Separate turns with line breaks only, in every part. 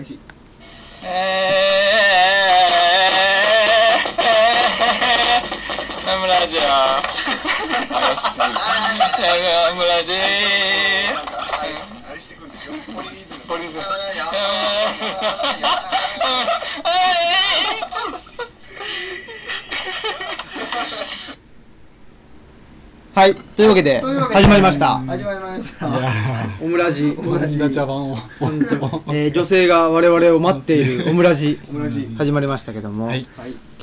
えーえーえーえーラムラジオ怪しすぎるラムラジ
なんか、あれ、あれしてくんでしょポリズム。
ポリズム
あーやばいや
はい、というわけで
というわけで
始まりました。
ばい始まりました。
オムラジ、
友達
茶番を。
えー女性が我々を待っているオムラジ
オムラジ。
始まりましたけども、
はい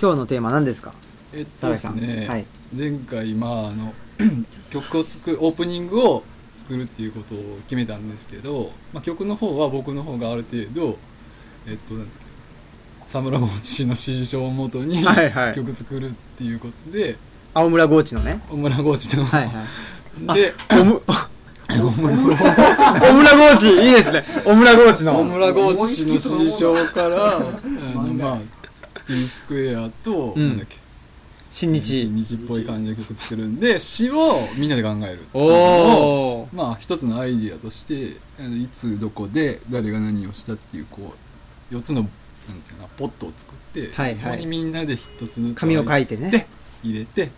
今日のテーマ何ですか、
えっと
田
で
中さ
す
ん。
ね、
はい、
前回まああの 曲を作るオープニングを作るっていうことを決めたんですけど、まあ、曲の方は僕の方がある程度えっとなんですか沢村豪一の指示書をもとに
はいはい
曲作るっていうことで、
青村ゴーチのね。
小村豪一の、
はいはい。
で
オムオムラゴーチいいですね。オムラゴーチ
小
の。
村豪一の指示書からあ のまあ T スクエアと、
うん
なんだっけ
新日。
日っぽい感じの曲作るんで詞をみんなで考えるっていうのを
おー。
まあ一つのアイディアとしてあのいつどこで誰が何をしたっていうこう4つのなんていうかなポットを作って、
はいはい
ここにみんなで一つずつ
紙を書いて
で
ね。
入れて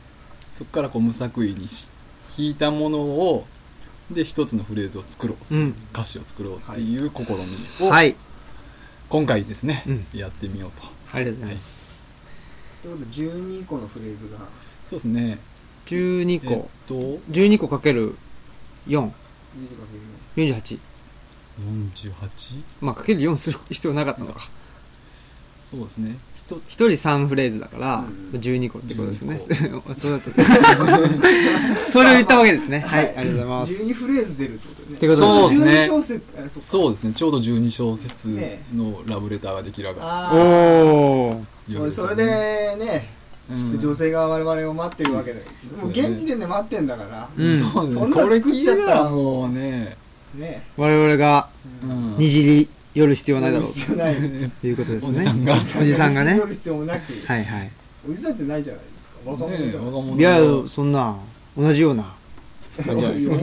そこからこう無作為にし弾いたものをで一つのフレーズを作ろう
うん。
歌詞を作ろうっていう試みを、
はい。
今回ですね、
うん
やってみようと
ありがとうございます。
ということで、12個のフレーズが、
そうですね
12
えっ
個。
と
12個かける4。
12個で
48。
48
まあ、かける4する必要なかったのか。
そうですね一つ
一人3フレーズだから
うん
12個ってことですね
12
そうだったそれを言ったわけですねはいありがとうございます
12フレーズ出るってことね。
ってことです
そうですね
12小節、あそっか
そうですねちょうど12小節のラブレターが出来上が
お
あ
お
る
あ、それで
ね
ね、
うん
女性が我々を待ってるわけです。もう現時点で待ってんだから、
うん
そうです
そん
ね
な
こ
の
れ
作
聞
っ
い
ちゃ
た
ったら
らもうね
ね、
我々が
うん
にじり寄る必要はないだろう
必要ない。
ということで
お
す
じさん
ね
がね
おじさんがね
寄る必要もなく、
はいはい
おじさんじゃないじゃないですか。若者じゃ
若
ない。
者
いやそんな同じような
同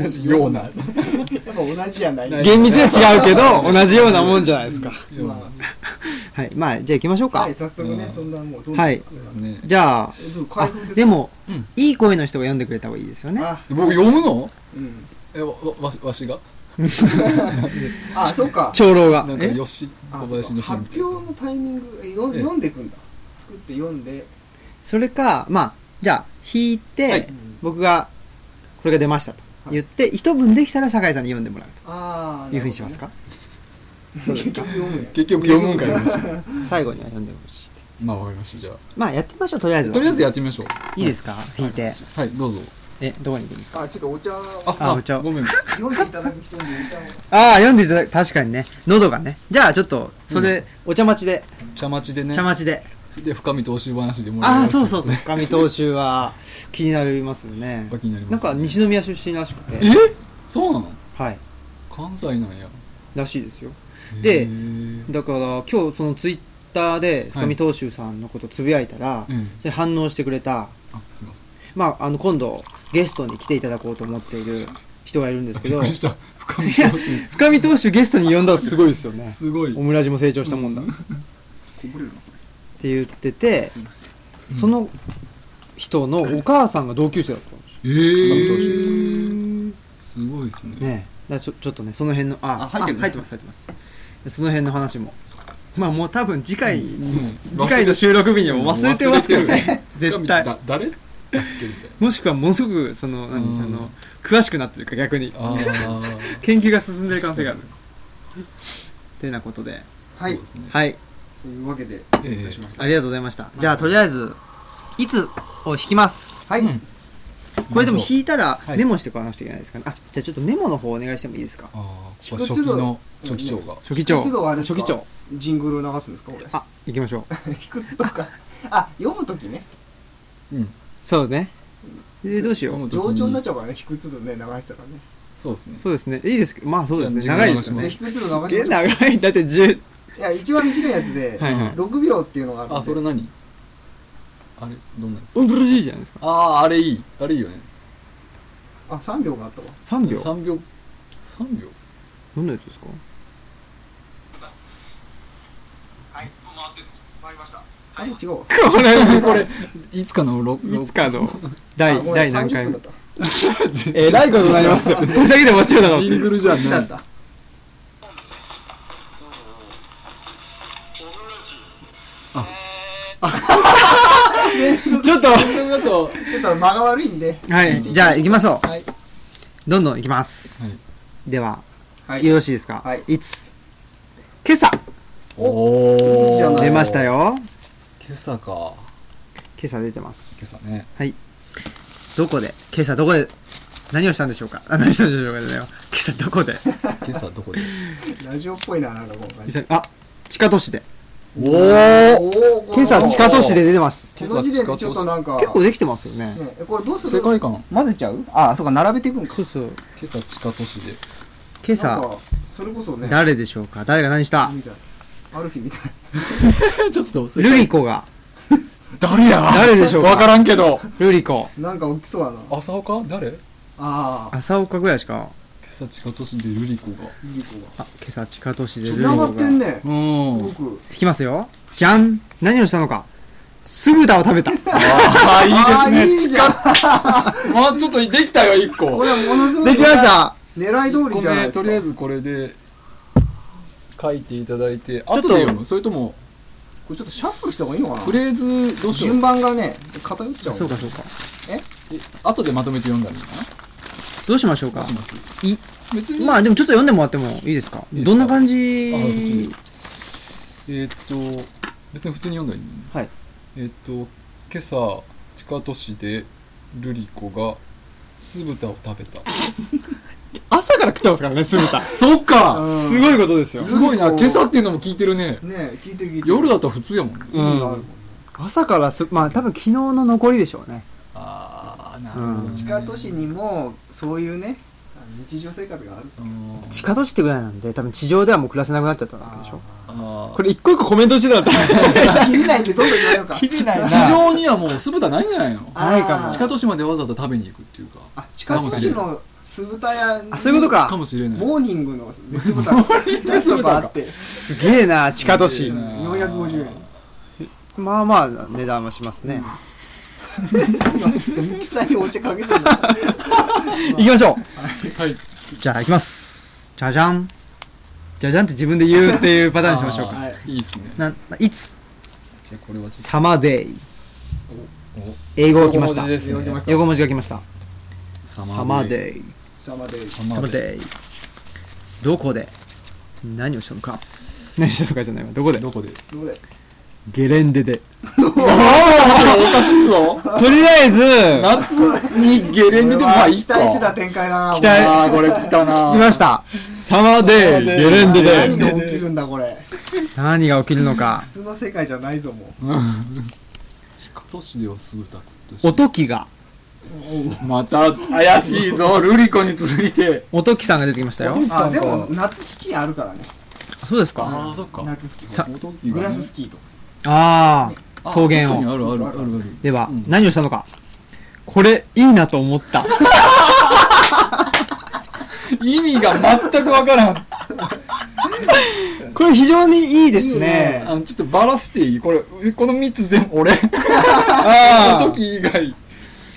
じような
やっぱ同じじゃない。
ない
厳密には違うけど同じようなもんじゃないですか
ような
ま
はいまあじゃあ行きましょうか
はい、早速ね、
うん
そんなもうどう
はい
ね
じゃあ
でも開
あ
封です
でも
うん
いい声の人が読んでくれた方がいいですよね
あ、
僕読むの
うん、
えわわわしが
あ、そうか。
長老が
なんか
え
吉
あそ
小
う
林
か
の人みたい
発表のタイミングえよ
ええ
読んでいくんだ。作って読んで、
それかまあじゃあ弾い
はい
て僕がこれが出ましたと言って一文できたら酒井さんに読んでもらう
ああ、
というふうにしますか
なるほどね。結局読むね
な。結局読むんかいな
最後には読んでほしいって
まあわかりましたじゃあ
まあやってみましょうとりあえずは
とりあえずやってみましょう
いいですか弾いて
はいどうぞ
えどこに行くんですか
あ、ちょっとお茶を
あお茶を
ごめん
読んでいただく人にお茶を。
ああ読んでいただく確かにね喉がねじゃあちょっとそれお茶待ちで
茶待ちでね
茶待ちで
で深見投資話でも
ああそうそうそう
う
深見投手は気になりますよね
気になり
な
ま
ん
すね
か西宮出身らしくて
えそうなの
はい
関西なんや
らしいですよで
へー
だから今日そのツイッターで深見投手さんのことつぶやいたら、
うん
それ反応してくれた、
あすいません
まあ、あの今度ゲストに来ていただこうと思っている人がいるんですけ
びっ
ど
くりした深見投資
深見投手ゲストに呼んだらすごいですよね
すごい
オムラジも成長したもんだ、って言ってて
いません
その人のお母さんが同級生だったんですよ
えー、すごいですね。
ねえだからちょちょっとねその辺のあ
あ入ってる
あ入ってます入ってますその辺の話もまあもう多分次回、
うん
次回の収録日にはもう忘れてますけどね絶対
だ誰だっけみたい
もしくはものすごくその何
うん
あの詳しくなってるか逆に
な。ああ、
研究が進んでる可能性があるてなことで
は
そ
いう
で。すね。
はい
というわけで、
ええ
しました
ありがとうございましたじゃあとりあえず「いつ」を弾きます
はい。
うん
これでも弾いたら
い
メモしてこなくちゃいけないですかねあじゃあちょっとメモの方お願いしてもいいですか
ああ、これ初期の初期長が。
初期長
一度はあれです
初
か
期長
ジングルを流すんですか、これ。
あ行きましょう
卑屈とか。あ、読むときね。
うん。
そうねえーどうしよう
本当
冗長になっちゃうからね、卑屈度ね、流したらね。
そうですね。
そうですねいいですけどまあそうですね
じゃあ
長いですよ
お
ね
願
ね
卑屈度
す
流
げえ
しましょ
長いだって10
ういや、一番短いやつで、
はいはい
6秒っていうのがあるんで。
あ、それ何あれ、どんなんですか
オブルジーじゃないですか
ああ、あれいい。あれいいよね。
あ、3秒があったわ。
3秒
3秒。3秒
何のやつですか
回ってまいりました。
あれ違うわ
これ
これいつかのろろ
いつかの第
あごめん
第何
30
回
分
目
だった
えらいことになりますよ それだけで終わっ ちゃうだろ
ジングルじゃ
こっちだっ
ない
た
オムラジ
ちょっと
それだと
ちょっと間が悪いんで
はいじゃあ行きましょう、
はい
どんどん行きます、
は
では、
はい
よろしいですか、
はい
つ今朝
い
お
いじゃ
ー
ない
出ましたよ
今朝か今
今朝出てます
朝ね
どこで今朝どこで何をしたんでしょうかあ何したんでしょうかじゃないわ今朝どこで
今朝どこで
ラジオっぽいななんか今回
今朝あ地下都市で
お
おー
お
この
今朝地下都市で出てます
この時点でちょっとなんか
結構できてますよね
ねえこれどうす
世
る
界観今
混ぜちゃうあそうか並べていくんか
そうそう
朝地下都市で
今
なん
朝
かそれこそね
誰でしょうか誰が何した
みたいアルフィーみたい
ちょっと
ルリコが
誰や
誰でしょうか
わからんけど
ルリコ
なんか起きそうだな
朝岡誰今
ああ
朝岡ぐらいしか
朝地下都市でルリコが
いい子が
あ今朝地下都市でルリ
繋
コ
がってん
が
ね
うん
すごく
聞きますよじゃん何をしたのか酢豚を食べ た
あ
あ
あいい
ーい
で
い
す
じ
ね
ゃん
近っもうちょっとできたよ一個
これはものすごく
できました
狙い通りじゃないで
ね
すか
とりあえずこれで書いていただいて後で読むそれとも
これちょっとシャッフルした方がいいのか
フ
な
レーズどうしよう
順番がね偏っちゃう
そうかそうか
え後でまとめて読んだらいいかな
どうしましょうか
します
い
別に、
まあでもちょっと読んでもらってもいいですか
いいですか
どんな感
あこっち
じ
でえーっと別に普通に読んだらいいのね
はい
えーっと今朝地下都市でルリコが酢豚を食べた
朝から食ってますからね酢 豚
そっか
うん
すごいことですよ
すごいな今朝っていうのも聞いてるね
ね聞いてる聞いてる
夜だったら普通やもんね
意味があるもんね
朝からすまあ多分昨日の残りでしょうね
ああな
るほどね
地下都市にもそういうねあの日常生活がある
地下都市ってぐらいなんで多分地上ではもう暮らせなくなっちゃったわけでしょ
あ
これ一個一個コメントしてたら
切れないってどんどん言われるか
切れないな
地上にはもう酢豚ないんじゃないの
あー
ないかも
地下都市までわざわざ食べに行くっていうか
あ地下都市の酢豚屋に
あそういうこと
か
か
もしれない
モーニングの酢豚がレストランあって
すげえな地下都市
すげえな
450円
まあまあ値段はしますね、
今ちょっとミキサーにお茶かけてんだ
行きましょう
はい
じゃあ行きますじゃじゃんじゃじゃんって自分で言うっていうパターンにしましょうか
あーいいですね
なな It's
じゃあこれはちょっ
Summer Day 英語が来ました
横文字ですね
英語が来ました横文字が来ました
と
サマーデイ
下まで
サ
サ
マ
マ
ー
ー
デイ
デイどこで何をしたのか何をしたのかじゃないわどこで
どこで
どうだよ
ゲレンデで
おかしいぞ
とりあえず聞
夏にゲレンデでもまあいい
期
か
待してた展開だな
期待
ああこれ来たな
きましたサマーデイゲレンデ
何が起
で
きるんだこれ
何が起きるのか
普通の世界じゃないぞも
地下都市ではすぐタクとし
音木が
う
また怪しいぞルリコに続いて
音木さんが出てきましたよ
あでも夏スキーあるからね
そうです
ああ
か
そっか
夏スキー
さ
グ
グ
ラススキーとか
ああ草原を
あるあるあるある
では、
うん
何をしたのかこれいいなと思った
意味が全くわからん
これ非常にいいですね
いいね
あのちょっとバラしていいこれえこの3つ全部俺こ
あ
の
あ
時以外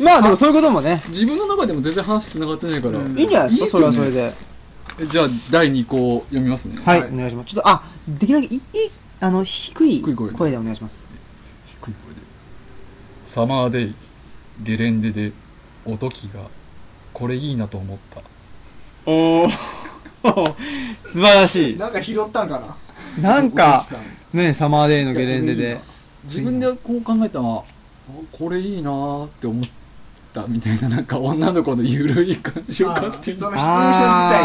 まあでもそういうこともね
自分の中でも全然話つながってないから、
うん
いいんじゃないですか
いいっすよ
それは
ね
それで
えじゃあ第2項を読みますね
はい、
はい
お願いしますちょっとあできるだけいいあの低い
低い声で
声でお願いします
低い声で「サマーデイゲレンデでおときがこれいいなと思った
おお素晴らし
なんか拾ったんかな
なんかねサマーデイのゲレンデ
いやいい
で
な
自分でこう考えたらあこれいいなーって思ったみたいななんか女の子のゆるい感じを
あ
買っ
ー
て
そのシチュエーション自体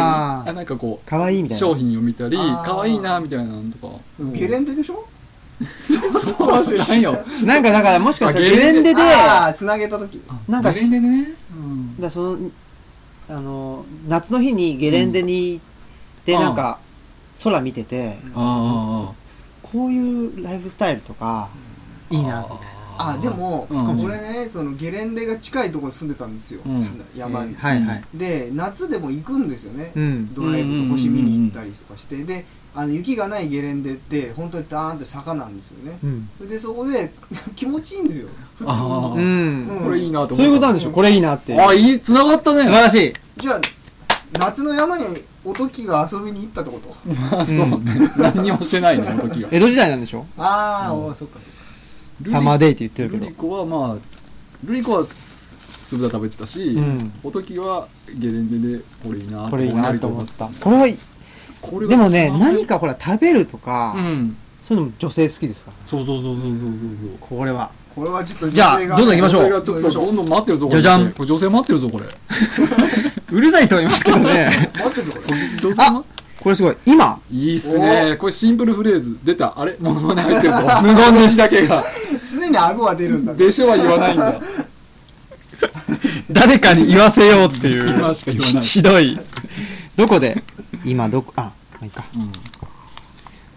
あ
あなんかこ
ーかわいいみ
う
たいな
商品を見たり
あー
かわいいなーみたいなのとか
にゲレンデでしょ
そこは知らんよ
なんかだからもしかしたら
あ
ゲレンデで
ああつなげた時
なんか
ゲレンデでね、うん、
だそのあの夏の日にゲレンデに行って、
うん
なんか空見てて
あ
こういうライフスタイルとか
ーあー
いいなみたい
ああでも
うん
俺ねそのゲレンデが近いところ住んでたんですよ
うん
な
山に
はいはい
で夏でも行くんですよね
うん
ドライブと星見に行ったりとかしてであの雪がないゲレンデって本当にダーンと坂なんですよね
うん。
でそこで 気持ちいいんですよ普通に
あー
うん。
ん
これいいなと思った
そういうことなんでしょこれいいなっていう。
あいい繋がったね
素晴らしい。
じゃあ夏の山におときが遊びに行ったってこと
まあそうね、 何にもしてないねあの時は
江戸時代なんでしょ
ああ、おーそっか
サマーデイって言ってるけど
ルリ。コはまあルリコはす酢豚食べてたし、
うん
おときはゲレンデでこれいいな
これいいなと思ってた。これはいい。
これは
でもね、
さ
何かほら、食べると
う
か、
ん
そういうのも女性好きですから。
そうそうそうそうそうそう
これは。
これはちょっと
じゃ
女
あ
性が
どんどん行きましょう
これがちょっとどんどん待ってるぞこれ
じゃじゃん
これ女性待ってるぞこれ
うるさい人がいますけどね。
待ってるぞこれ
女性待
これすごい。今、
いいっすねこれシンプルフレーズ出たあれ物まね入ってるぞ
無言です
だけが
常に顎は出るんだ
でしょは言わないん だ
誰かに言わせようっていう。
今しか言わない、
ひどい。どこで今どこ、あ、まあいいか。
うん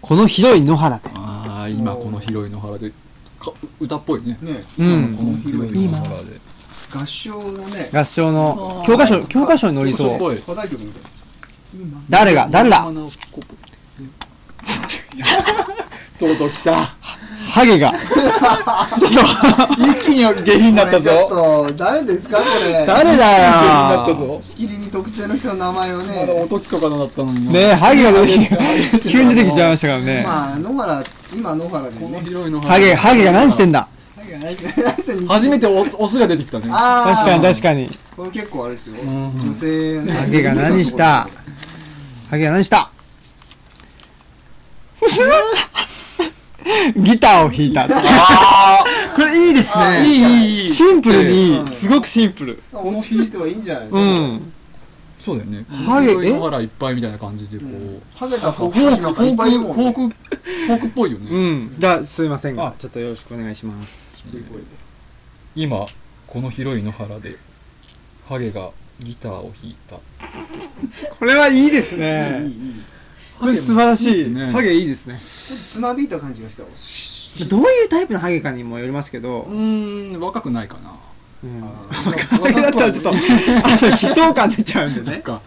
このひどい野原で。
ああ今この広い野原でか歌っぽいね
ね
う
こ
ん。
の広い野原で
合唱のね
合唱の教科書、教科書に載り
教科書っ
そう。
ぽい
課題曲みたい今
誰が、誰だ
とうとう来た
ハゲ が。ちょっ
一気に下品になった
これ
ぞ
ちょっと誰ですかこれ
と、
下品に
誰だよ
なったぞ
しきりに特定の人の名前を
まだ
ね
おときとかだったのに
ねえ、ハゲが出てき
ハゲ
急に出てきちゃいましたからね。
まあ野原今野原で
こ の
ね
広い野原
ハゲ、ハゲが何してんだ
初め
て
てオオスが出てきたね
ああ
確かに確かに。
これ結構あれですよ
ん
女性の
ハゲが何したハゲが何したギターを弾いた。これいいです
い
ね。
いいいいい
シンプル
う
に、
ん
すごくシンプル。
この人してはいいんじゃないです
う
か
ん。
そうだよね
ハゲえ
広い野原いっぱいみたいな感じでこう
ハゲた
フォ
方
ー
向
クフォ
なん
ー
かいっぱいいるも
クフォ
ん
ー
ね
クフォークっぽいよ
う
ね
ん。じゃあ、すいません
あ
が、ちょっとよろしくお願いします。
今この広い野原でハゲがギターを弾いた
これはいいですね。これ素晴らし
いいです
い。
ね
ハゲいいですね。
ちょっとつまびいた感じが したわ
どういうタイプのハゲかにもよりますけど
う、ーん若くないかな
うんハ
若
ゲだったらちょっと、あの悲壮感出ちゃうんで
なん
ね。
か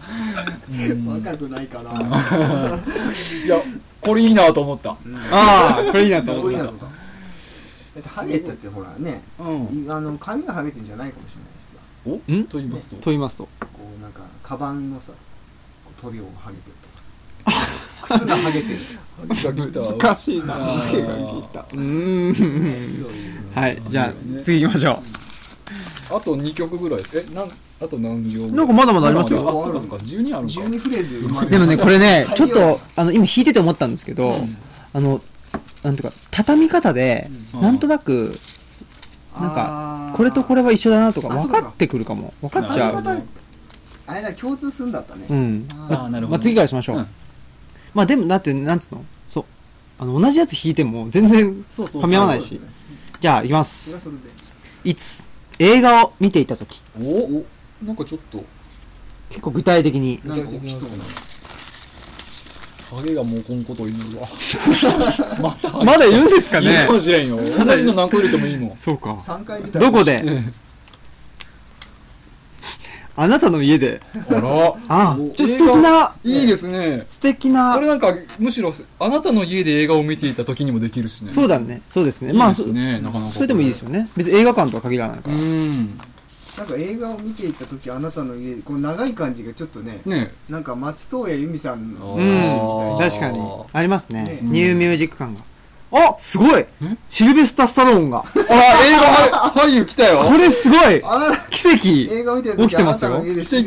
若くないかない
やこれいいなと思った
ああ、これいいなと
ど
思
う
っ
いう
た
の。かだってハゲたってほらね
うん
いあの髪がハゲてんじゃないかもしれないですよ
お
ん
と言いますと
と言いますと。
こうなんかカバンのさこう塗料をハゲてると かさ靴がハゲてるとかさ
難しいな。
あー
ハゲがギター。うーん。
そういう
はい、じゃあ、次行きましょ
あと2曲ぐらいですえなんあと何行
う。なんかまだまだあります
あ
よ。
そうなんか12ある
12
の
フレーズ生まれ
でもね、これね、ちょ
大
っ
量
と、あの、今弾いてて思ったんですけど
うん、
あの、なんていうか、畳み方で、
うん
なんとなく、なん
か
これとこ
れ
れは一緒だなとか、
あ
分かってくるかも。分かっちゃ
あ
う
れ。はあれだ共通するんだったね、
うん。
あーなるほど
まあ、次からしましょう。
うん
まあ、でも、だって、なんつうのそう。あの、同じやつ弾いても、全然、
そうそう
噛み合わない
そう
し
ですね。
じゃあ、行きま
それは
す。
それで
いつ、映画を見ていたとき、
おなんかちょっと
結構具体的に。
なんか起きそうな
ハゲがもうこんことを祈るわ
まだいるんですか
いいかもしれんよ同じの何個入れてもいいもん
そうか。
3回出たら
どこで あなたの家で。
あら
ああ、
お
ちょっと素敵な、
いいですね
素敵
これ
な、
なんかむしろあなたの家で映画を見ていた時にもできるしね
そう
だ
だね。そうですね。
ま
まあ、
あ
そ
そ
そ
ねなかなか
れでもいいですよね。別に映画館とは限らないか
う
ら。
ん
なんか映画を見ていた時あなたの家この長い感じがちょっとね
ね
なんか松任谷由実さんの
う
話
うん
みたい
あー
な
確かに。ありますね
ね。
ニューミュージック感が。あすごい
え
シルベスタ・スタローンが。
あら映画俳俳優来たよ
これすごい
あら
奇跡
映画見てる
起
時
きてますよ
あなたの家で
奇跡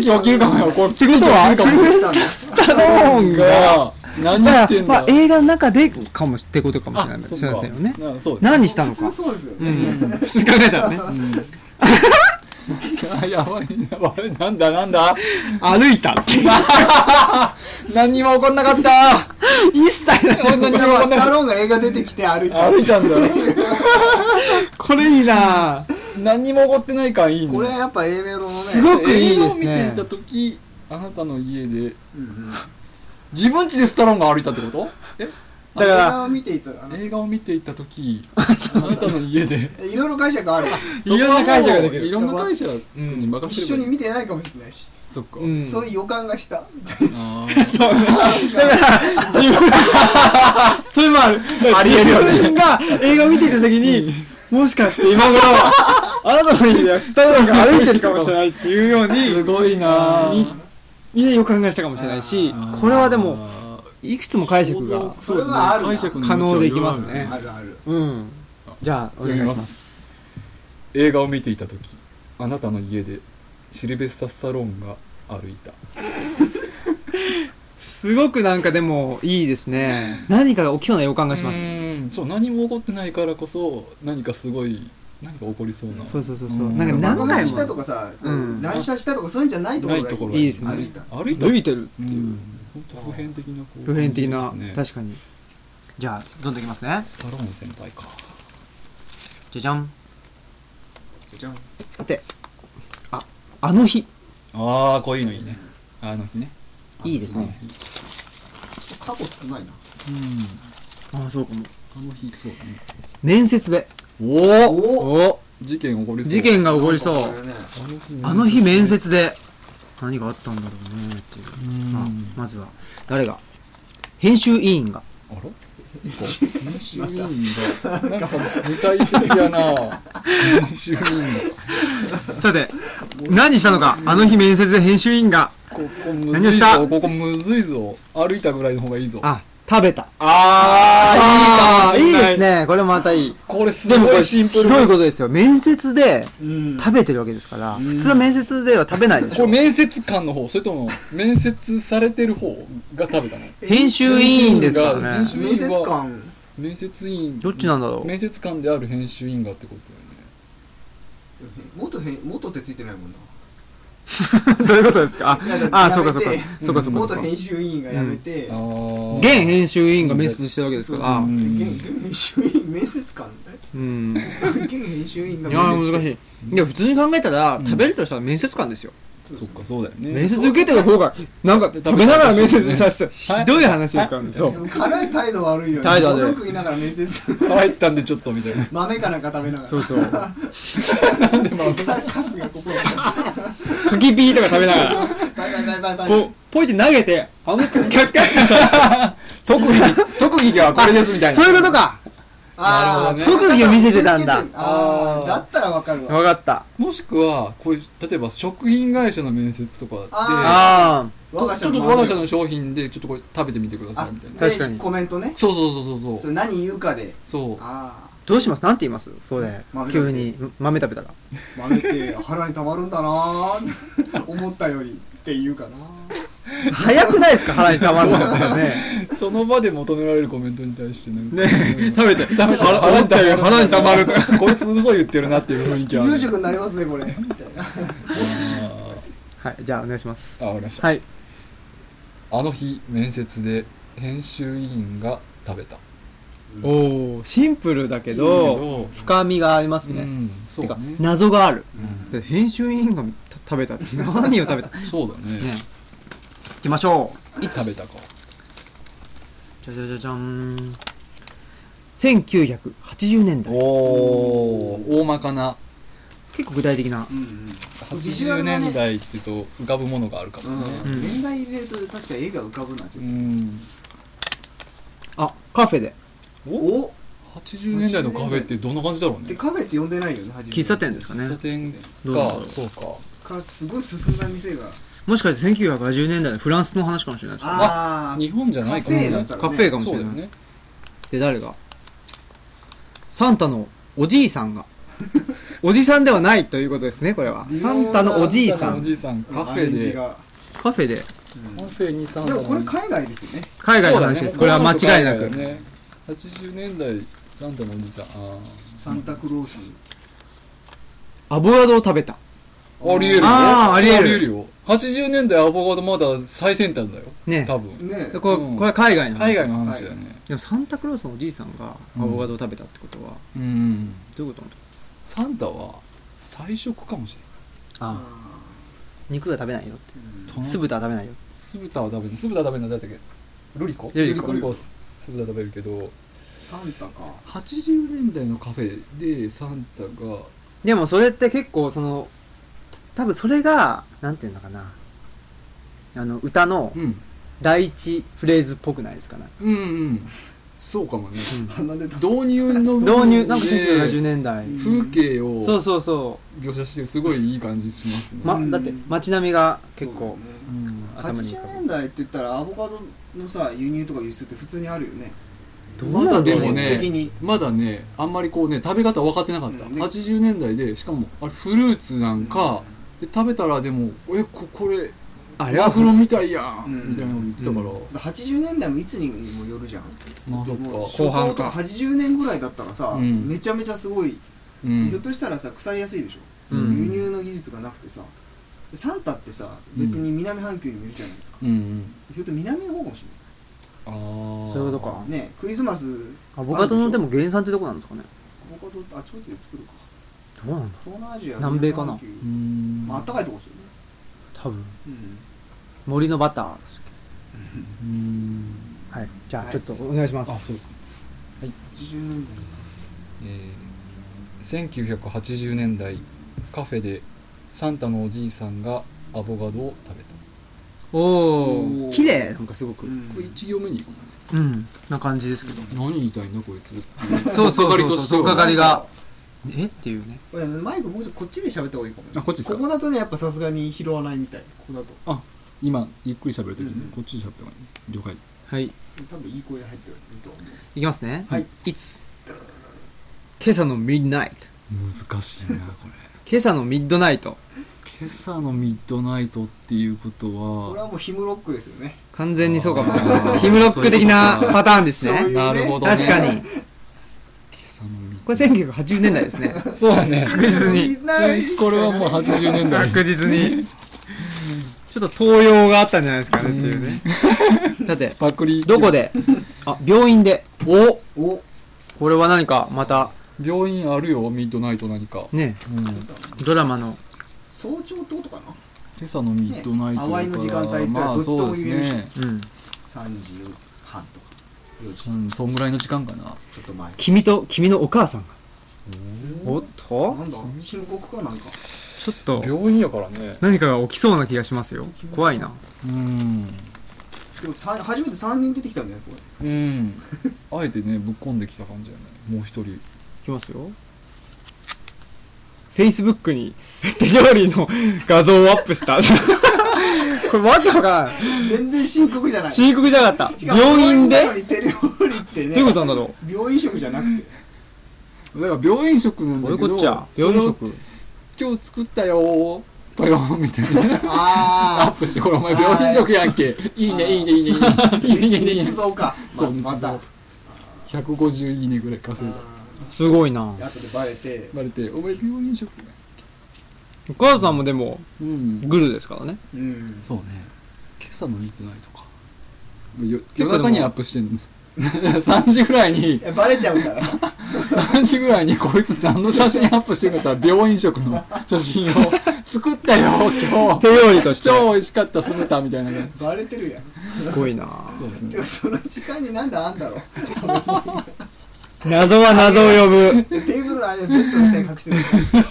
奇跡起きるかもよこれって
ってことは、
起
シ
きるか
ル
も
ベスタ・スタローンが。
が何
だ
し
か
て
ら、
ん
ま
だ
あ、映画の中でかもしってことかもしれない
そ
す
う
い
か
ませんよね。
なそうだね
何したの
普通
か。
そうですよ
う
ね、
ん。普通に考えたらね。
あやばいやばいなんだなんだ
歩いたっていう。
何にも起こんなかった
一切ない。
こんなに
でも
も起こ
ス
んな
タ
かっ
ローンが映画出てきて歩いて
た歩いたんだよ
これいいなぁ
何にも起こってない感いいね
これはやっぱ A メロのね
すごくい
映
いです
画を
ね
見ていた時あなたの家で
うんうん
自分家でスタローンが歩いたってことえ
だか
映
ら
画を見ていたあの
映画を見ていた時 あなたの家で
いろいろ解釈ある
いろんな解釈ができる
いろんな解釈に任せ
一緒
れば
に
い
見
い
てないかもしれないし
そっか、
うん
そういう予感が した
あ
そう。だから、 自分が、それもある。
ありえるよね
自分が映画を見ていたときに、もしかして今 頃、あなたの家ではスターが歩いてるかもしれないっていうよう
ー す
に、
ごいなー
みんな予感がしたかもしれないし
あー、
これはでも、いくつも解釈が、
そうです
それはあ
ね
るな
解釈の
可能でいきます
余地は
ね
いろいろあ
あ
る
るある
うん。じゃあ、お願いします。
す映画を見ていた時あなたの家でシルベスタ・スタローンが歩いた
すごくなんかでも、いいですね。何かが起きそうな予感がします。
うんそう何も起こってないからこそ何かすごい何か起こりそうな
そうそうそうそう。
うん
なんか
何
何
爆
回
発したと
も
かさ
うん
乱射したとかそういうんじゃないところ
ないところ
が
が
い
いい
い
ですね
歩いた
歩いた
歩いてる
っていう本当普遍的なこう
普遍的な、
感じですね
確かに。じゃあ、どんどんいきますね。
スタローン先輩か
じゃじゃん。
じゃん
さて、あ、あの日。
ああこういうのいいねあの日ね
いいですね。
過去少ないな
うん
ああ、そうかも。
あの日そうだね
面接で。
おお
お
お
事件起こりそう
事件が起こりそう。
これね
あの日面接で。何があったんだろうねっていう。
うん
まあ、まずは、誰が編集委員が。
あら編集委員がなんか具体的やな編集委員
さ て、何したのかあの日面接で編集委員が。
ここむ
何
ず
を
い
した
ぞここむずいぞ歩いたぐらいの方がいいぞ
あ、食べた。
あ
あーいいですね。これまたいい。
これす
でもこ
ご
れ、
いシンプ
ひ
ル
どいことですよ。面接で
うん
食べてるわけですから、普通は面接では食べないでし
これ
ょ。
面接官の方それとも面接されてる方が食べたの
編集委員ですから
編
ね
集。
面接官
面接委員
どっちなんだろう
面接官である編集委員がってことだよね
元へ元ってついてないもんな
どういうことですかああ、そうかそうか
やめ。て
そうかそうかそう
元
か。
編集委員が辞めて、
あー
現編集委員が面接してるわけですから。
そう
あ
そう
うん
現現編集委員面接官え
うん。い
現編集委員が
やー、難
い
しい。いや、普通に考えたら
う、ん
食べるとしたら面接官ですよ。
そっかそうだよね
面接受けてる方が、なんか、食べながら面接させて、ひどい話ですからね。そ
で
う。
もかなり態度悪いよね
態度悪い
物食いながら面接
入ったんでちょっとみたいな
豆かなんか食べながら
そうそう。
なんで豆カスがここに
カキピーとか食べながら、
バイバイバイバイバイ
こう、ポイって投げて、あの、キャッキャッキャッとした。特技、特技は
これですみたいな
そういうことか
あー
な
るほどね特技を見せてたんだ
あ
あー
ーだったらわかるわ
わかった。
もしくはこういう例えば食品会社の面接とかで
あ
あ
我が
ち
社
ょっ
の
と我が社の商品でちょっとこれ食べてみてくださ
あ
いみたいな
確か
で
に
コメントね
そうそうそうそう
そ
そう
れ何言うかで
そう
あ
ー。どうしますなんて言いますそうで
豆、食
急
べて
に豆食べたら。
あ豆って腹にたまるんだなー思ったよりって言うかな
早くないですか腹にたまるのがね。
その場で求められるコメントに対してなんか
ね食べて
食べて
腹腹にたまる腹にたまるとか
こいつ嘘言ってるなっていう雰囲気はある
夕食になりますねこれみたいな
はいじゃあお願いします
あわかりました、
はい
あの日面接で編集委員が食べた
おおシンプルだけ
いい
ど
けど
深みがあります
う
ね、
んそう
て
だ
か
ね
謎がある
うん
で編集委員がた食べたって 何を食べたね
そうだね
いきましょう
いつ食べたか
じゃじゃじゃじゃん1980年
お
代
お大まかな
結構具体的な
ビジュア
80
ルがね
年代っていうと浮かぶものがあるかもね
うん
年代入れると確か絵が浮かぶなちょ
う
っ
ん
あカフェで
とお
80年代のカフェってどんな感じだろう
で
ね
カフェって呼んでないよね初め
喫茶店ですか
喫茶店
ね
か
どうだろう
そうか
かすごい進んだ店が
もしかして1980年代のフランスの話かもしれないですからね
あー
日本じゃないかも
カフェだ
ね
ったら
カフェかもし
そう
れ
だよ
ない
ね
で誰がサンタのおじいさんが おじさんではないということですねこれは
微妙
サ
な
ンタのおじいさ
お
ん
じいさん
カ
カフ
フェ
ェ
で
で
が
カフェで
カフェにサン
で
タ
も
の
これ海外ですよね
海外の話です、これは間違いなく、
80年代サンタのおじさんあ
サンタクロース
アボカドを食べた
ーありえるよ
あーありえる
よ80年代アボカドまだ最先端だよ
ね
多分
ね
でこれ,、
うん
これは海外の話
海
です
外の話だよね
でもサンタクロースのおじいさんがアボカドを食べたってことは、
うん
どういうことなんだ
サンタは菜食かもし
あ肉が食べないよって
れない
酢豚は食べないよ
酢豚は食べる酢豚は食べないだったっけルリコ
ルリコ
ルリコ酢豚食べるけど
サンタか
80年代のカフェでサンタが
でもそれって結構その多分それがなんていうのかなあの歌の
うん
第一フレーズっぽくないですかね、
うんうんそうかもね
鼻でた
導入の部
導
分
入なんか1970
で
年代、
風景を
そうそうそ
描写してすごいいい感じしますね
う、ま
う、ん
だって街並みが結構
そうだね
うん
頭に浮か
80年代って言ったらアボカドのさ輸入とか輸出って普通にあるよね
ぶ
まだでも
現
ね
実的に
まだねあんまりこうね食べ方分かってなかった、
うんね
80年代でしかもあれフルーツなんか、で食べたらでも「えここれ
あれは
ワフロみたいやん」
うん
みたいなの言ってたから、
80年代もいつにもよるじゃん
まあそっ
もう
か、
後半
初頭と
か
か80年ぐらいだったらさ、
うん
めちゃめちゃすごい、
うん
ひょっとしたらさ腐りやすいでしょ、
うん
輸入の技術がなくてさサンタってさ別に南半球にもいるじゃないですか、
うんうん
ひょっと南の方かもし
ああ
そういうことか
れないねクリスマス
アボカドの
ある
でも原産ってどこなんですかね
アボカドってあちこちで作るか
どうなんだ
東南アジア
南米か
南
な
半球
うん
まああったかいとこですよね
多分
うん
森のバターですっ
うん
けはいじゃ
は
あ
い
ちょっとお願いしま
あ
す、
そうですね
80年代
えー、1980年代カフェでサンタのおじいさんがアボカドを食べた
お
お
お
ー
綺麗なんかすごく
うん
これ1行目にいいか
うんな感じですけど
な何言いたいんだこい つっていう
そうそうそうそう
とっか
とっか
か
か
り
りがえっていうね
これマイクもうちょっとこっちで喋った方がいいかもね
あこっちですか
ここだとねやっぱさすがに拾わないみたいここだと
今ゆっくり喋るときに、
うん
こっちで喋った方がいいね了解
はいい
多分いい声で入ってると思う
きますね
はい
いつ今朝のミッドナイト
難しいなこれ
今朝のミッドナイト
今朝のミッドナイトっていうこと
これ
は
はもうヒムロックですよね
完全にそうかもしれ
あ
ない
ー
ヒムロック的なパターンです
そういう
ね
ね
なるほど、ね、
確かに
今朝のミッ
これ1980年代ですね
そうだね
確実に
これはもう80年代
確実にちょっと東洋があったんじゃないですかねっていうねだって
パクリ
どこであ病院で
お
お
これは何かまた
病院あるよミッドナイト何か、
ね
うん今
ドラマの
早朝ってことかな
朝のミッドナイトだか
ね
ら、
淡いの時間帯って
まあ
どっちと
そう
も
です
言えるし
ね
うん
3時半とか4時ち
うんそんぐらいの時間かな
ょっと前
君と君のお母さんがおっと
なんだ深刻かなんか
ちょっと
病院やからね
何かが起きそうな気がしますよ怖いな
うん
でもさ初めて3人出てきたんだよこれ
うんあえて ねぶっこんできた感じやねもう一人
いきますよ Facebook に手料理の 画像をアップした これわけわかんない
全然深刻じゃない
深刻じゃなかった
しかも
病院で
病なのに手料理ってね
どういうことなんだろ
病院食じゃなく て
だから病院食なん
う
だ
ど
け
う
ど
いうこっちゃ病院食
それを今日作ったよーぽ よーんみたいなアッ
あ
プしてこれお前病院食やん けいいねいいねいいねいいねいいねいいねいいね
熱造か
そう
ままた
捏150いいねぐらい稼いだ
すごいな
あとでバレて
バレてお前病院食やん
お母さんもでも
うん
グルですからね
うん
そうね今朝の見てないとかよ夜中にアップしてんの 3時ぐらいに
いやバレちゃうから
3時ぐらいにこいつ何の写真アップしてるかったら病院食の写 真を作ったよ 今日
手料理として
超美味しかった酢豚みたいな感
バレてるやん
すごいな
そうです
て
ね
かその時間になんであんだろう
謎は謎を呼ぶ
テーブルのあれベッドの下に隠してる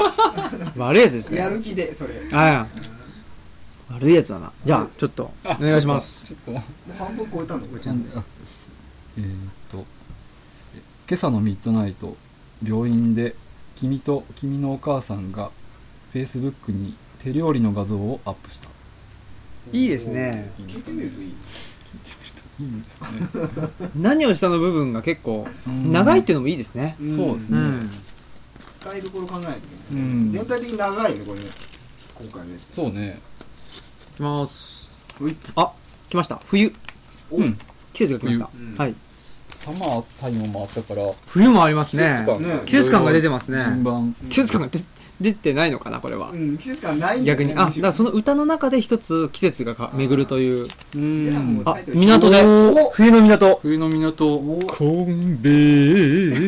悪いやつですね
やる気でそれも
ああ悪いやつだなじゃあちょっとお願いします
ちょっと
う半分超えたんだ
ちゃんとえーっとえ今朝のミッドナイト病院で君と君のお母さんが Facebook に手料理の画像をアップした
いいですね
いいで
聞い
す
て
か
み
ね
るといい
いいですね
何をしたの部分が結構
うん
長いっていうのもいいですね
ん
そうです
う
ね
ん
使いどころ考えないといけ
う
ない
ん
全体的に長いねこれね今回のやつ
そうね
いきます
ほい
あ来ました冬
うん
季節が来ました
冬うん
はい
サマータイムもあったから
冬もありますね
ね
季節感が出てますね
順番
季節感が出出てないのかなこれは
うん季節感ないんだよ
逆
ね
にあだ
むし
か
ろ
らその歌の中で一つ季節がか巡るという
う
いやもうんあ
あ港で冬の港
冬の港
コンベ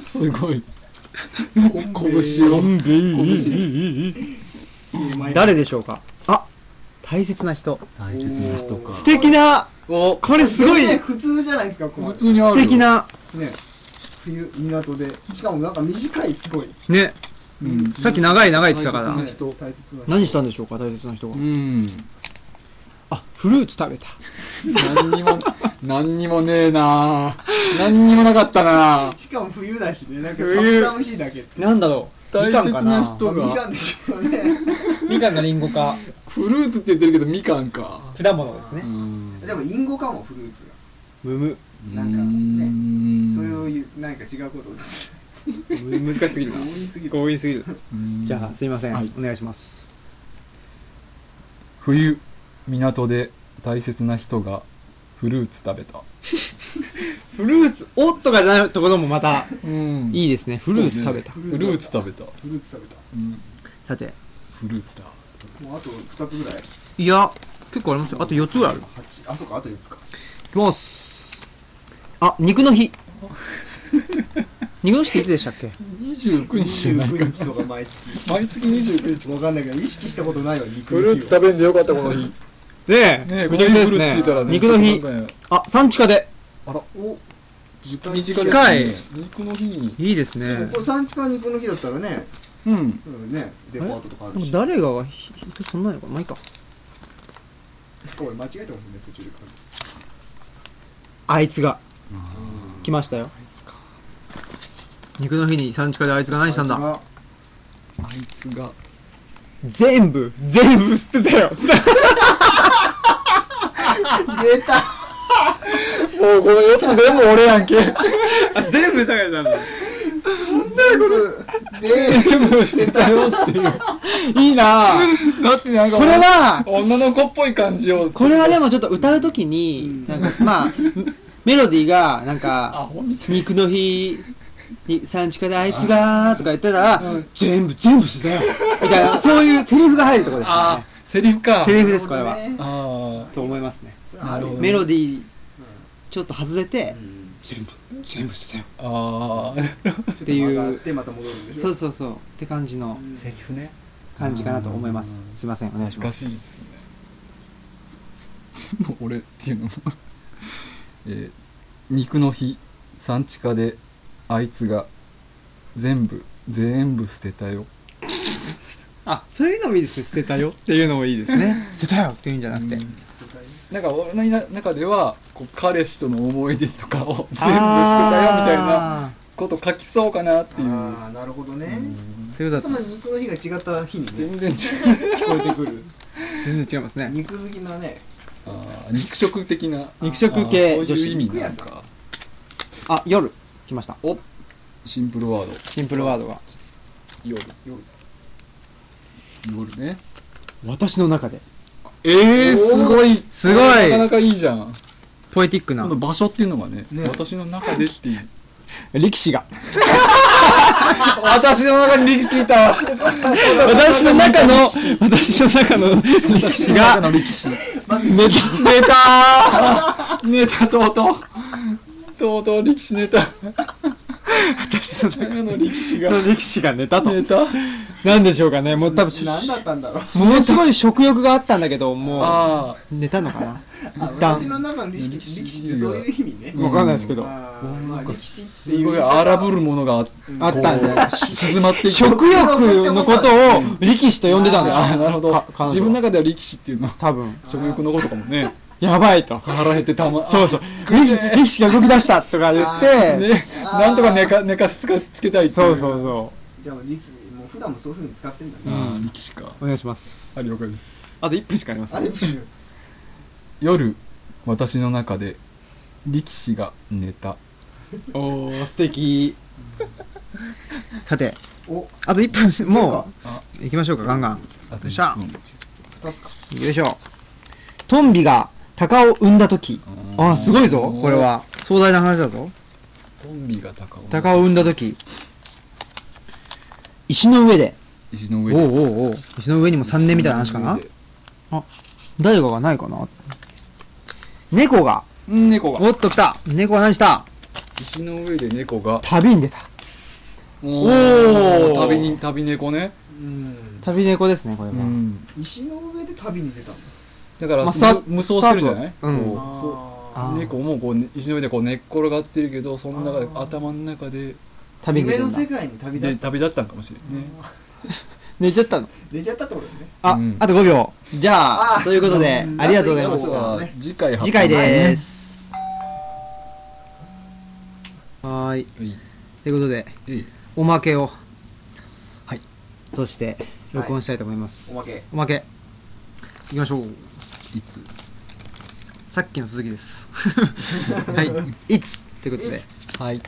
すごい
コンベ
拳を
誰
で
でしょうかあ大切な人
大切な人か
素敵な
お
これすごい
ね普通じゃないですかここ
普通にあ
素
るよ
敵な
ね冬港でしかもなんか短いすごい
ね
うん
さっき長い長いって言ってたから
大切な
ね
人
大切な
何したんでしょうか大切な人が
うん
あフルーツ食べた。
何にも、 何にもねえなあ何にもなかったなあ
しかも冬だしねなんか
冬
寒々しいだけって
なんだろう。
大
みかんか
切な
な。
人
み
が、
かんでしょうね
みかんがリンゴか、
フルーツって言ってるけど、みかんか。
果物です
う
ね。
ん。
でもインゴかもフルーツが
むむ。
なんかね
ね
それを言うなんか違うことです
難しすぎる
強
な
引。すぎる
強引すぎる。じゃあ、すいません。
はい
お願いします。
冬港で大切な人がフルーツ食べた
フルーツ、おっとかじゃないところもまた、
うん
いいですね。フルーツ食べた。
フルーツ食べた、
フルーツ食べた
さて、
フルーツだ
もうあと2つぐらい
いや、結構ありますよ。あと4つぐらいある。
八あそうかあと4つか
いきます。あ、肉の日。肉の日っていつでしたっけ
29日じゃないか
29日とか毎月
毎月29日
わかんないけど意識したことないわ肉
フルーツ食べんでよかったこの日ね
ね
え
めちゃめちゃです
ここにフル
ね
ーツついたらね
肉の日
ちょっと考えよう
あ、産地下で。
お
近
近い
ですね肉の日に
いいですね。
ここ産地か肉の日だったらね
うん
うんねデパートとかあ
で
る
も
し
誰がひ人そんなのかなまあいいか
俺間違えたかもしれない途中で数
あいつが来ましたよ肉の日に産地下であいつが何したんだ
あ
あいつが
全部全部捨てたよ
いつが出た
もうこの4つ全部俺やんけ
全部下げたんだ
全部全部
全部捨てたよっていう
いいなぁ
だってなんか
これは
女の子っぽい感じを
これはでもちょっと歌うときになんかまあメロディーがなん
あ
か
ほんと
「肉の日に産地下であいつが」とか言ってたら「全部全部捨てたよ」みたいなそういうセリフが入るとこですよ
あ
ね
セリフか
セリフですこれは
あー
と思いますね
あるよ
メロディーちょっと外れて
うん
全部全部捨てたよ
あー
っていう
ちょっと曲がってまた戻るんでし
そ
ょ
うそうそうって感じの
うん
セリフね
感じかなと思いますすいませんお願いし
難
ま
しい
す
ですね全部俺っていうのもえー肉の日産地下であいつが全部全部捨てたよ
あそういうのもいいですね捨てたよっていうのもいいですね捨てたよっていうんじゃなくて
なんか俺の中ではこう彼氏との思い出とかを全部捨てたよみたいな
あ
こと書きそうかなっていう
ああなるほどね
ーそういうこ
そ
とだ
の肉の日が違った日にね
全然違う
聞こえてくる
全然違いますね
肉好きなね
あー肉食的な
肉食系
あーそうい
女
う
子
意味なんか
あ夜来ました
おシンプルワード
シンプルワードが
夜
夜
夜ね
私の中で
えー、すごい
すごい
なかなかいいじゃん
ポエティック
こ
な
の場所っていうのがね
ね
私の中でっていう
力士が
私の中に力士いた
私の中の私の中の力士
中
が
の力士
ネタ
ネ
ネタ
タとうとうとうとう力士ネタ
私の中
中の力士が
の力士がネタと
ネタ
なんでしょうかねもう多分
何だったんだろう
ものすごい食欲があったんだけども
あ
う寝たのかな
あ
一
私
旦
の中の力士
力士
力士ってそういう意味ね
うん
わかんないですけどあ
あ
あ
ーまあ
なんか
力士って
す
いう
ごい荒ぶるものがあっ
ったんだ
静まっていく
食欲のことを力士と呼んでたんです
ああなるほど
か彼女は
自分の中では力士っていうのは
多分
食欲のことかもね
やばいと
腹減ってたま
そうそう力士力士が動き出したとか言って
ね、なんとか寝か寝かせつかつけたいってい
そうそうそ
じゃあもう力もう普段もそういうふうに使ってんだ
う
ね
ああ力士か
うお願いします
あ了解です
あと1分しかありませ
あ
ん
れうん
夜私の中で力士が寝た
おー素敵 さて
お
あと1分もう行きましょうかガンガン
あ
よっしゃ
一分
二つか
よいしょトンビが鷹を産んだ時あーすごいぞこれは壮大な話だぞ
トンビが高尾
鷹を産んだ時石の上で
石の
お
上
うおうおう石の上にも3年みたいな話かな誰かがないかな猫が
うん猫が
おっと来た猫は何した
石の上で猫が
旅に出た
お
ー
ー旅に旅猫ね
うん
旅猫ですねこれは、
うん
石の上で旅に出たんだ
だから
まあさ
無無双してるじゃない
スタートうん
こうそう
あ
あー
猫もこうね石の上でこう寝っ転がってるけどその中で
あー
頭の中で
ー
旅に出
夢
る
の
んだ
世界に旅立
で
った
旅立ったのかもしれないね
寝ちゃったの
寝ちゃったってことだよね
あ、
うん
あと5秒じゃあ
あー
ということでありがとうござい
あ
ま
りがとうございますす
は次回発
次
表
回
ね
ですは
は
ーい
い
ということで
はい
おまけをはいとして録音したいと思います、
おまけ
おまけいきましょう
いつ
さっきの続きですはいいつということで
はい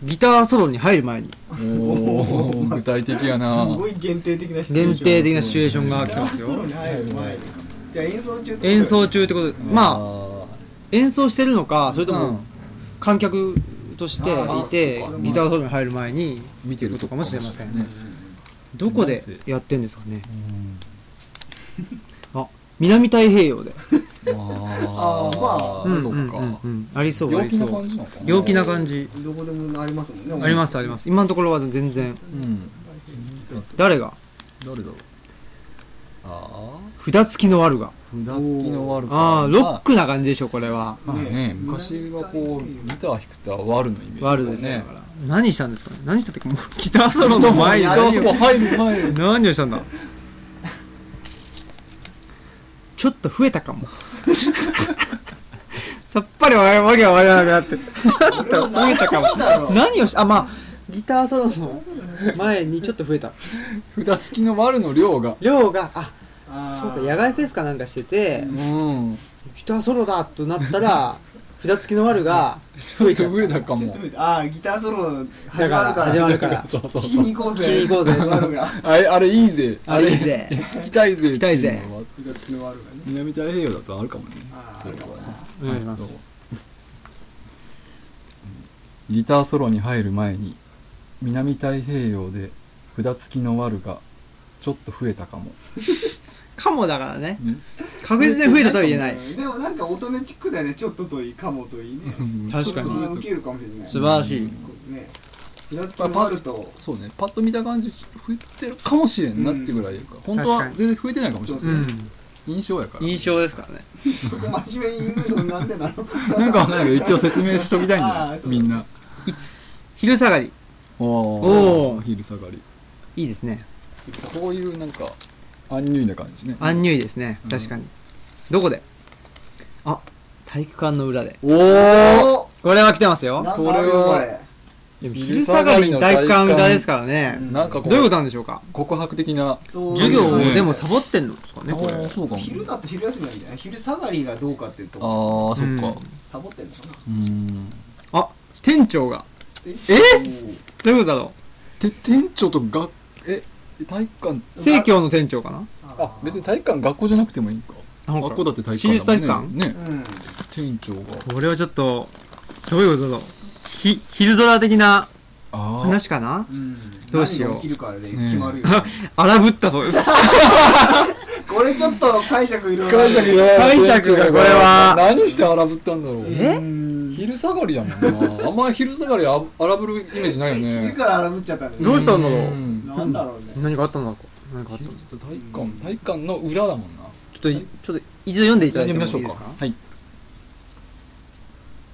ギターソロに入る前に
おー具体的や
す
な
ごい限定的なシチュエー
限
ション
定的なシチュエーションが来て
ダ
ま
ン
す
ス
よ
ソロに入る前にじゃあ演奏中ってことだよね
演奏中ってことでまあ
あ
演奏してるのかそれと
う
も
ん
観客としていて
あーそうか
ギターソロに入る前に
見てる
ことかもしれません
ね
どこでやってんですかね南太平洋で
うんあー
あ
ん
そうん
ん
か
うんありそうあ
陽
り
気
そ
な
う
感じなのかな
陽気な感じ
どこでもありますもんね
ありますあります今のところは全
う
然
ん
誰が
誰だろうあ
札付きのワルが
あ札付きのワル
ああロックな感じでしょこれは
まあね昔はこうギター弾くってワルのイメージ
ワルです
ね
から何したんですかね何したってかもう ギターソロの 前に
あそこ入る前に
何をしたんだちょっと増えたかも さっぱりわわけがわからなくなってちょっと増えたかも何をしあまあギターソロの前にちょっと増えた
札付きのワルの量が
量があ
あ
そうか
ー
野外フェスかなんかしてて
うん
ギターソロだとなった ら札付きのワルが増え
ち
ち
ょ
ゃ
っ
う
と上だか
ちょっ
も
と見てあーギターソロ
だ
始
か
ま
ら
るから
始まる から
そうそう
聞き
そう
に行こうぜ
聞きに行こうぜ
ワルが
あれあれいいぜ
あれいいぜ
聞きたいぜ
きたいぜ
ってうのは
複雑のワルがね
南太平洋だとあるかもね
あー
それは
お願いします
ギターソロに入る前に南太平洋で札付きのワルがちょっと増えたかも
かもだからね
うん
確実に増えたとは言えない
でもなんか乙女チックだよねちょっとといいかもといいね
確かに
ちょっと受けるかもしれない
素晴らしい
ね札付きのワルと
そうねパッと見た感じちょっと増えてるかもしれんなってぐらいやから、本当は
確かに
全然増えてないかもしれない、
うん
印象やから
印象ですからね
そこ真面目に言うのなんでなの
なんかわかんないけど一応説明しときたいんじゃ
あ
ない
ーそう
みんない
つ昼下がり
お
おー
お昼下がり
いいですね
こういうなんかアンニュイな感じね
アンニュイですね
うん
確かに、どこであ体育館の裏で
おお
お
これは来てます
なん
よ
かあるよ
こ
こ
れ
れ
は
でも昼下がりの体育館裏ですからね
うん
なんかこ
どういうこ
う
となんでしょうか
告白的な
そう
授業を
ね
でもサボってんのですかねこれ
あーそうかも
昼だと昼休みなんじゃない昼下がりがどうかっていう
あ
と
ーそっか
サボってんのかな
うーん
あ店長が
え
どういうことだろ
て店長と学え体育館
う生協の店長かな
あ別に体育館学校じゃなくてもいいんか
なんか
学校だって体育
私立体
館だもん
育館
ねね
うん
店長が
これはちょっとどういうことだろうひ昼ドラ的な
あー
話かな
うん
どうしよう
何が起きるかで決まるよ
荒ぶったそうです
これちょっと解釈いろいろ
解釈が
解釈がこれは
何して荒ぶったんだろう
え
うん
昼下がりやもんなあんまり昼下がりあ荒ぶるイメージないよ
昼
ね
から荒ぶっちゃったんだ
どうしたんだろうん
なんだろうね
何かあったんだろう何かあった
昼
んだ
下体育館体育館の裏だもんな
ちょっといちょっと一度読んでいただい
読
て
み
もい
ま
い
しょう
です
か
か
はい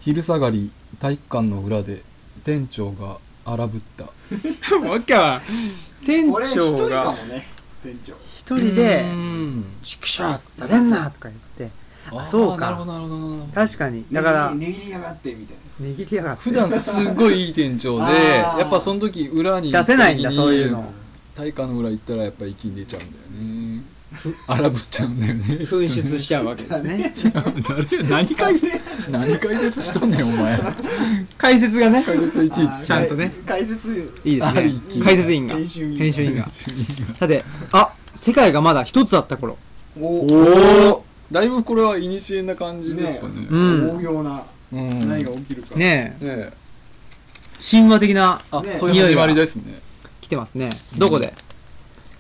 昼下がり体育館の裏で店長が荒ぶった
わけは店
俺一人
長
か
が
もね店長
一人で
うん
「ちくしょうざれんな!」とか言って
あー
そうか
なるほどなるほどなるほど
確かにだから
ねぎねぎりやがってみたい
握りやがって
普段すごいいい店長で
あー
やっぱその時裏に
出せないんだ
行った
そう
時に
いうの
体育館の裏行ったらやっぱ息出ちゃうんだよね荒ぶっちゃうんだよね
紛失しちゃうわけですね
誰何解説何解説しとんねんお前
解説がね
解説いちい
な
ち
ちゃんとね
解説
いいです
あ
ね
りき
解説員が
編集員
編集員がさてあ世界がまだ一つだった頃
お
おおだいぶこれは古な感じですかね
ね
うん
大行な
うん
何が
ね
起きるか
ね
え
え神話的な
あ、
ね
そういう始まりですね
来てますねどこで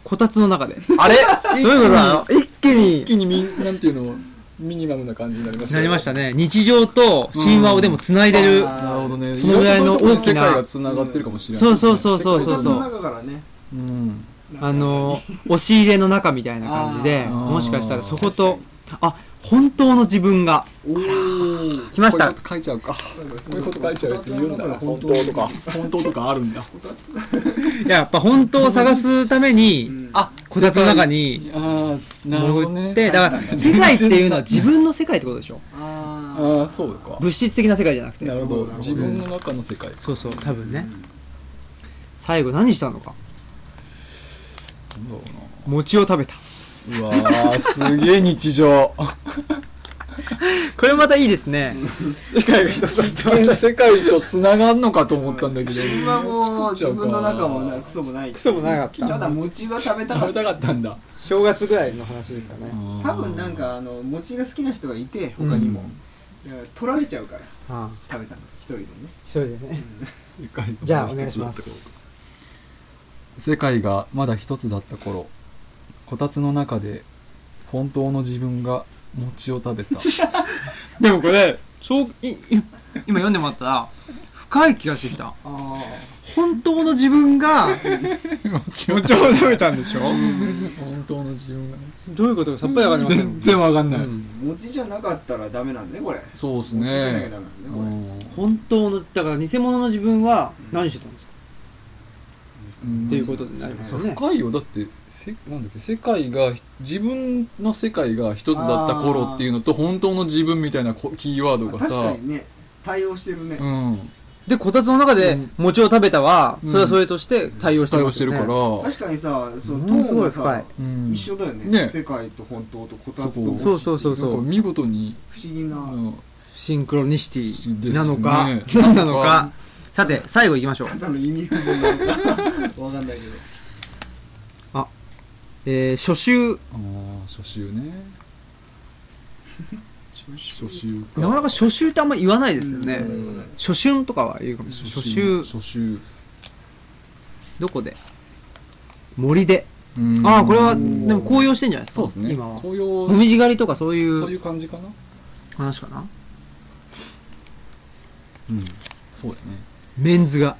こたつの中で
あれ
どういうことなの一気
一
に
気にみんなんていうのミニマムな感じになりました
な
よ
りましたね日常と神話をでもつないで
う
る
んあー
なるほどね
そのぐらいの大きな
ろんとこに世界がつながってるかもしれない、
そうそうそう
こ
そうそ
た
う
つ
そ
の
う
中からね
うん
なんか
あの押し入れの中みたいな感じで
あー
もしかしたらそことあ本当の自分が
おー
来まし
こうい
た
うこと書いちゃうか。こういうこと書いちゃうやつ言うんだな。
本
本
当
当
の
とか、本当とかあるんだ。
いややっぱ本当を探すために、
うん
あ、
こたつの中に
ああ、なるほど
潜
ね
っ。て、だから世界っていうのは自分の世界ってことでしょ
あー
ああ、そうか。
物質的な世界じゃなくて
なる
な
ほ
るほど
ど。自分の中の世界。
そうそう多分ね最後何したのか
なんだろ
餅を食べた
うな。うわー、すげえ日常。
これまたいいですね世界が一つだってま た
世界と繋がんのかと思ったんだけど。
自分はもう自分の中もない
い。
クソもない
クソもなかった
ただ餅は食べたか
食
っ
べ
た
たかったんだ。
正月ぐらいの話ですかね
多分なんかあの餅が好きな人がいて他にも、だから取られちゃうから
ああ
食べたの一人でね
一人でね
世界が
じゃあお願いします
世界がまだ一つだった頃こたつの中で本当の自分が餅を食べた
でもこれ正いい今読んでもらったら深い気がしてきた
あ
本当の自 分が
餅を食べ
餅を食べたんでしょ
た 本当の自分が
どういうことかさっぱりわかりません
全然わかんない、
あ餅じゃなかったらダメなんだねこれ
そうです
餅じゃなきゃ
ね
ダメなんだねこれ、
うん
本当のだから偽物の自分は何してたんですか、
うん
っていうことになります
そ
よ
う
ね
深いよだってせなんだっけ世界が自分の世界が一つだった頃っていうのと本当の自分みたいなこキーワード
あ
が
確
さ
かにね対応してるね、
うん
でこたつの中で
うん
餅を食べたは、
うん
それはそれとして対応して
対
ま
応
す
して
よ
る
ね
から、
確かにさそのト
ものす
ーン
ごい
がさ
深
うん
一緒だよね
ね
世界と本当とこたつと
そう
餅
そうそうそう
な
そ
んか
う
見事に、
不思議な、
うん
シンクロニシティなのか、
ですね
何なの
な
か
の
さて最後いきましょう
ただの意味不明なのかわかんないけど
えー、初週
ああ初秋 ね初秋か
なかなか初週ってあんま言わないですよね、
うん
初春とかは言うかもしれない初
初
秋
秋
どこで森で、
うん
ああこれは
う
で
ん
も紅葉してんじゃないですか
そうですね
今は
紅葉
紅葉狩りとかそう
そう
い
いうう感じかな
話かな
うんそうだね
メンズが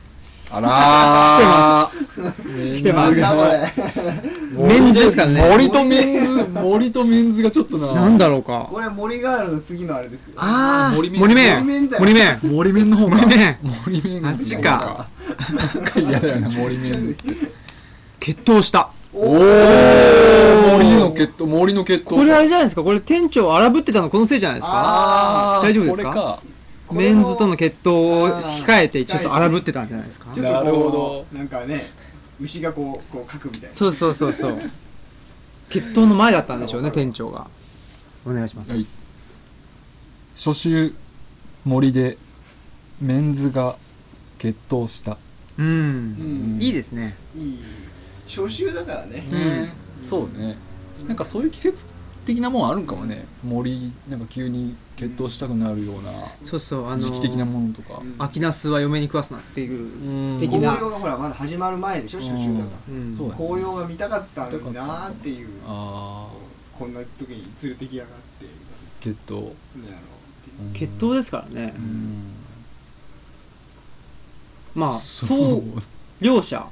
あら ー
来てます
なんだこれ
メンズですからね
森とメンズ森とメンズがちょっとな
なんだろうか
これ森ガールの次のあれですよ
ああ
森面
森面
森面だよ
森面
森面の方か
森面
森面の方
あっちか
なんか嫌だよね森面ズ
決闘した
お
森の決闘森の決闘
これあれじゃないですかこれ店長荒ぶってたのこのせいじゃないですか
あ
あー
大丈夫ですか
これか
これ
メ
も
ンズとの決闘を控えてちょっと荒ぶってたんじゃないですか
ーちょっとこう
なるほど
なんかね牛がこうこう書くみたいな
そうそうそうそう決闘の前だったんでしょうね店長がお願いします、
はい初秋森でメンズが決闘した、
う
ん
ん、いいですね
いい初秋だからね
うん
そうねなんかそういう季節的なもんあるんかもね森なんか急に決闘したくなるような
そうそうあの
時期的なものとか、
うん
秋ナスは嫁に食わすなっていう、
うん
的
紅
な
葉がほらまだ始まる前でしょ初秋だか
うん
そう
ら
だ
紅葉が見たかったんだなーっていう
あ
こんな時に連れてきやがって
ー決闘、
なんやろう
うん
決闘ですからね
う、ん
まあそう両者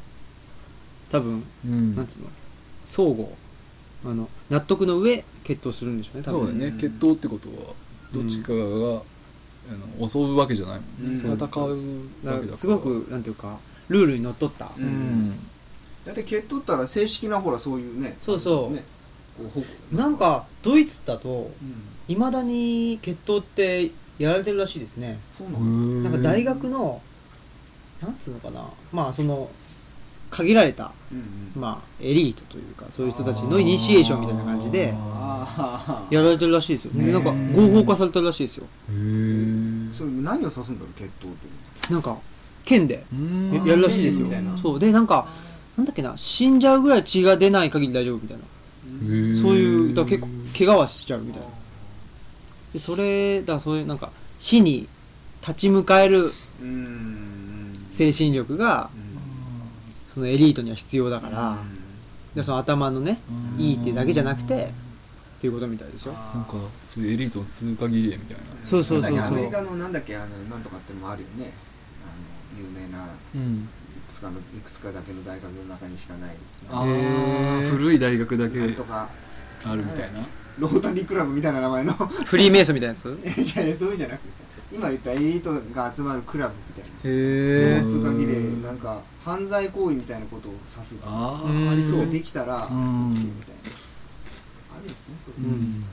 多分
うん
なんつうの相互あの納得の上決闘するんでしょうね多
そう
分
だね決闘ってことはどっちかが、あの襲うわけじゃないもんね、
うん
戦うわけだ
だ
か
かららすごくなんていうかルールにのっとった、
うん
うん
だって蹴っとったら正式なほらそういうね
そうそう
ねこうほ
なんかドイツだと
うん
いまだに決闘ってやられてるらしいですね
そう
う
なの
ん
なんか大学のなんつうのかなまあその限られた、
うんうん
まあ、エリートというかそういう人たちのイニシエーションみたいな感じで
ああ
やられてるらしいですよ、
ね
なんか合法化されてるらしいですよ
へー
それ何を指すんだろう決闘って
なんか県で
うん
ややるらしいですよ
みたいな
そうでなんかなんだっけな死んじゃうぐらい血が出ない限り大丈夫みたいなそういうだから結構怪我はしちゃうみたいなでそれだからそういうなんか死に立ち向かえる
うーん
精神力がそのエリートには必要だから、でその頭のねいいってだけじゃなくてっていうことみたいですよ
なんかそういうエリートの通過儀礼みたいな
そうそうそうそ
な
う
んだっけアメリカのなんだっけあのなんとかってのもあるよねあの有名な
うん
いくつかのいくつかだけの大学の中にしかない
あ
へ
ー
ー
古い大学だけ
なんとか
あるみたいな
ロータリークラブみたいな名前の
フリーメイソンみたいなやつ
えじゃあそういうんじゃなくてさ今言ったエリートが集まるクラブみたいな
へ
ー
交通関係でなんか犯罪行為みたいなことを指す
あ
うん
あありそ
そうれができたら OK
うん
みたいなありですねそうれ
ん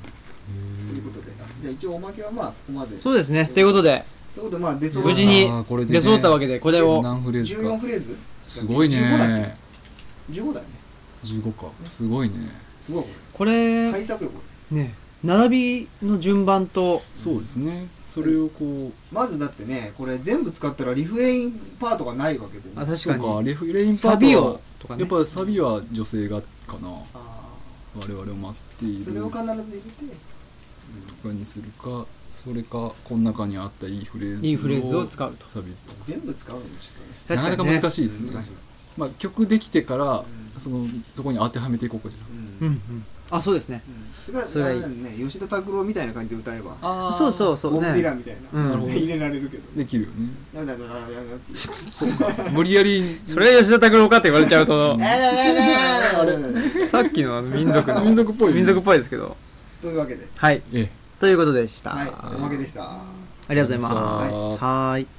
ということでじゃあ一応おまけはまあここまで
そうですねということで
ということでまあ出そう
無事に
あーこれでね
出そうったわけでこれを
何フレーズ
14
か
フレーズ
すごい
15だっ
ね
け15だよね
15かすごいね
すごいこ
こ
れ
れ
対策よこれ
ね並びの順番と
そうですねそれをこう
まずだってねこれ全部使ったらリフレインパートがないわけで、ね、
あ確
そ
か
うか
に
レフレインパ
サ
ー
ビ
トは
をとか
や
ね
っぱサビは女性がかな
あ
我々を待ってい
ー
る
それを
と
必
か
ず入れて
にするかそれかこの中にあったいいフレーズ
いいフレーズを使うと
サビ
全部使うのもちょっとね
な
確
か
か
な
に
か
ね
難しいですね
難しい、
まあ、曲できてから
ん
そのそこに当てはめていこうかしら
うん
うんうんあそうですね
それから
それがいい
あれだね吉田拓郎みたいな感じで歌えば
あ
そうそう
う
そう
ボブ・ディ
ね
ランみたい
うん
な、
なるほど
入れられるけど
できるよね
なんだなんだなんだなんだ って
無理やり
それ吉田拓郎かって言われちゃうとさっきのあの民族の
民族っぽい
民族っぽいですけど
というわけで
はい
ええ
ということでした
はいおまけでした
ありがとうござい
あり
ま
がとうございます
すはーい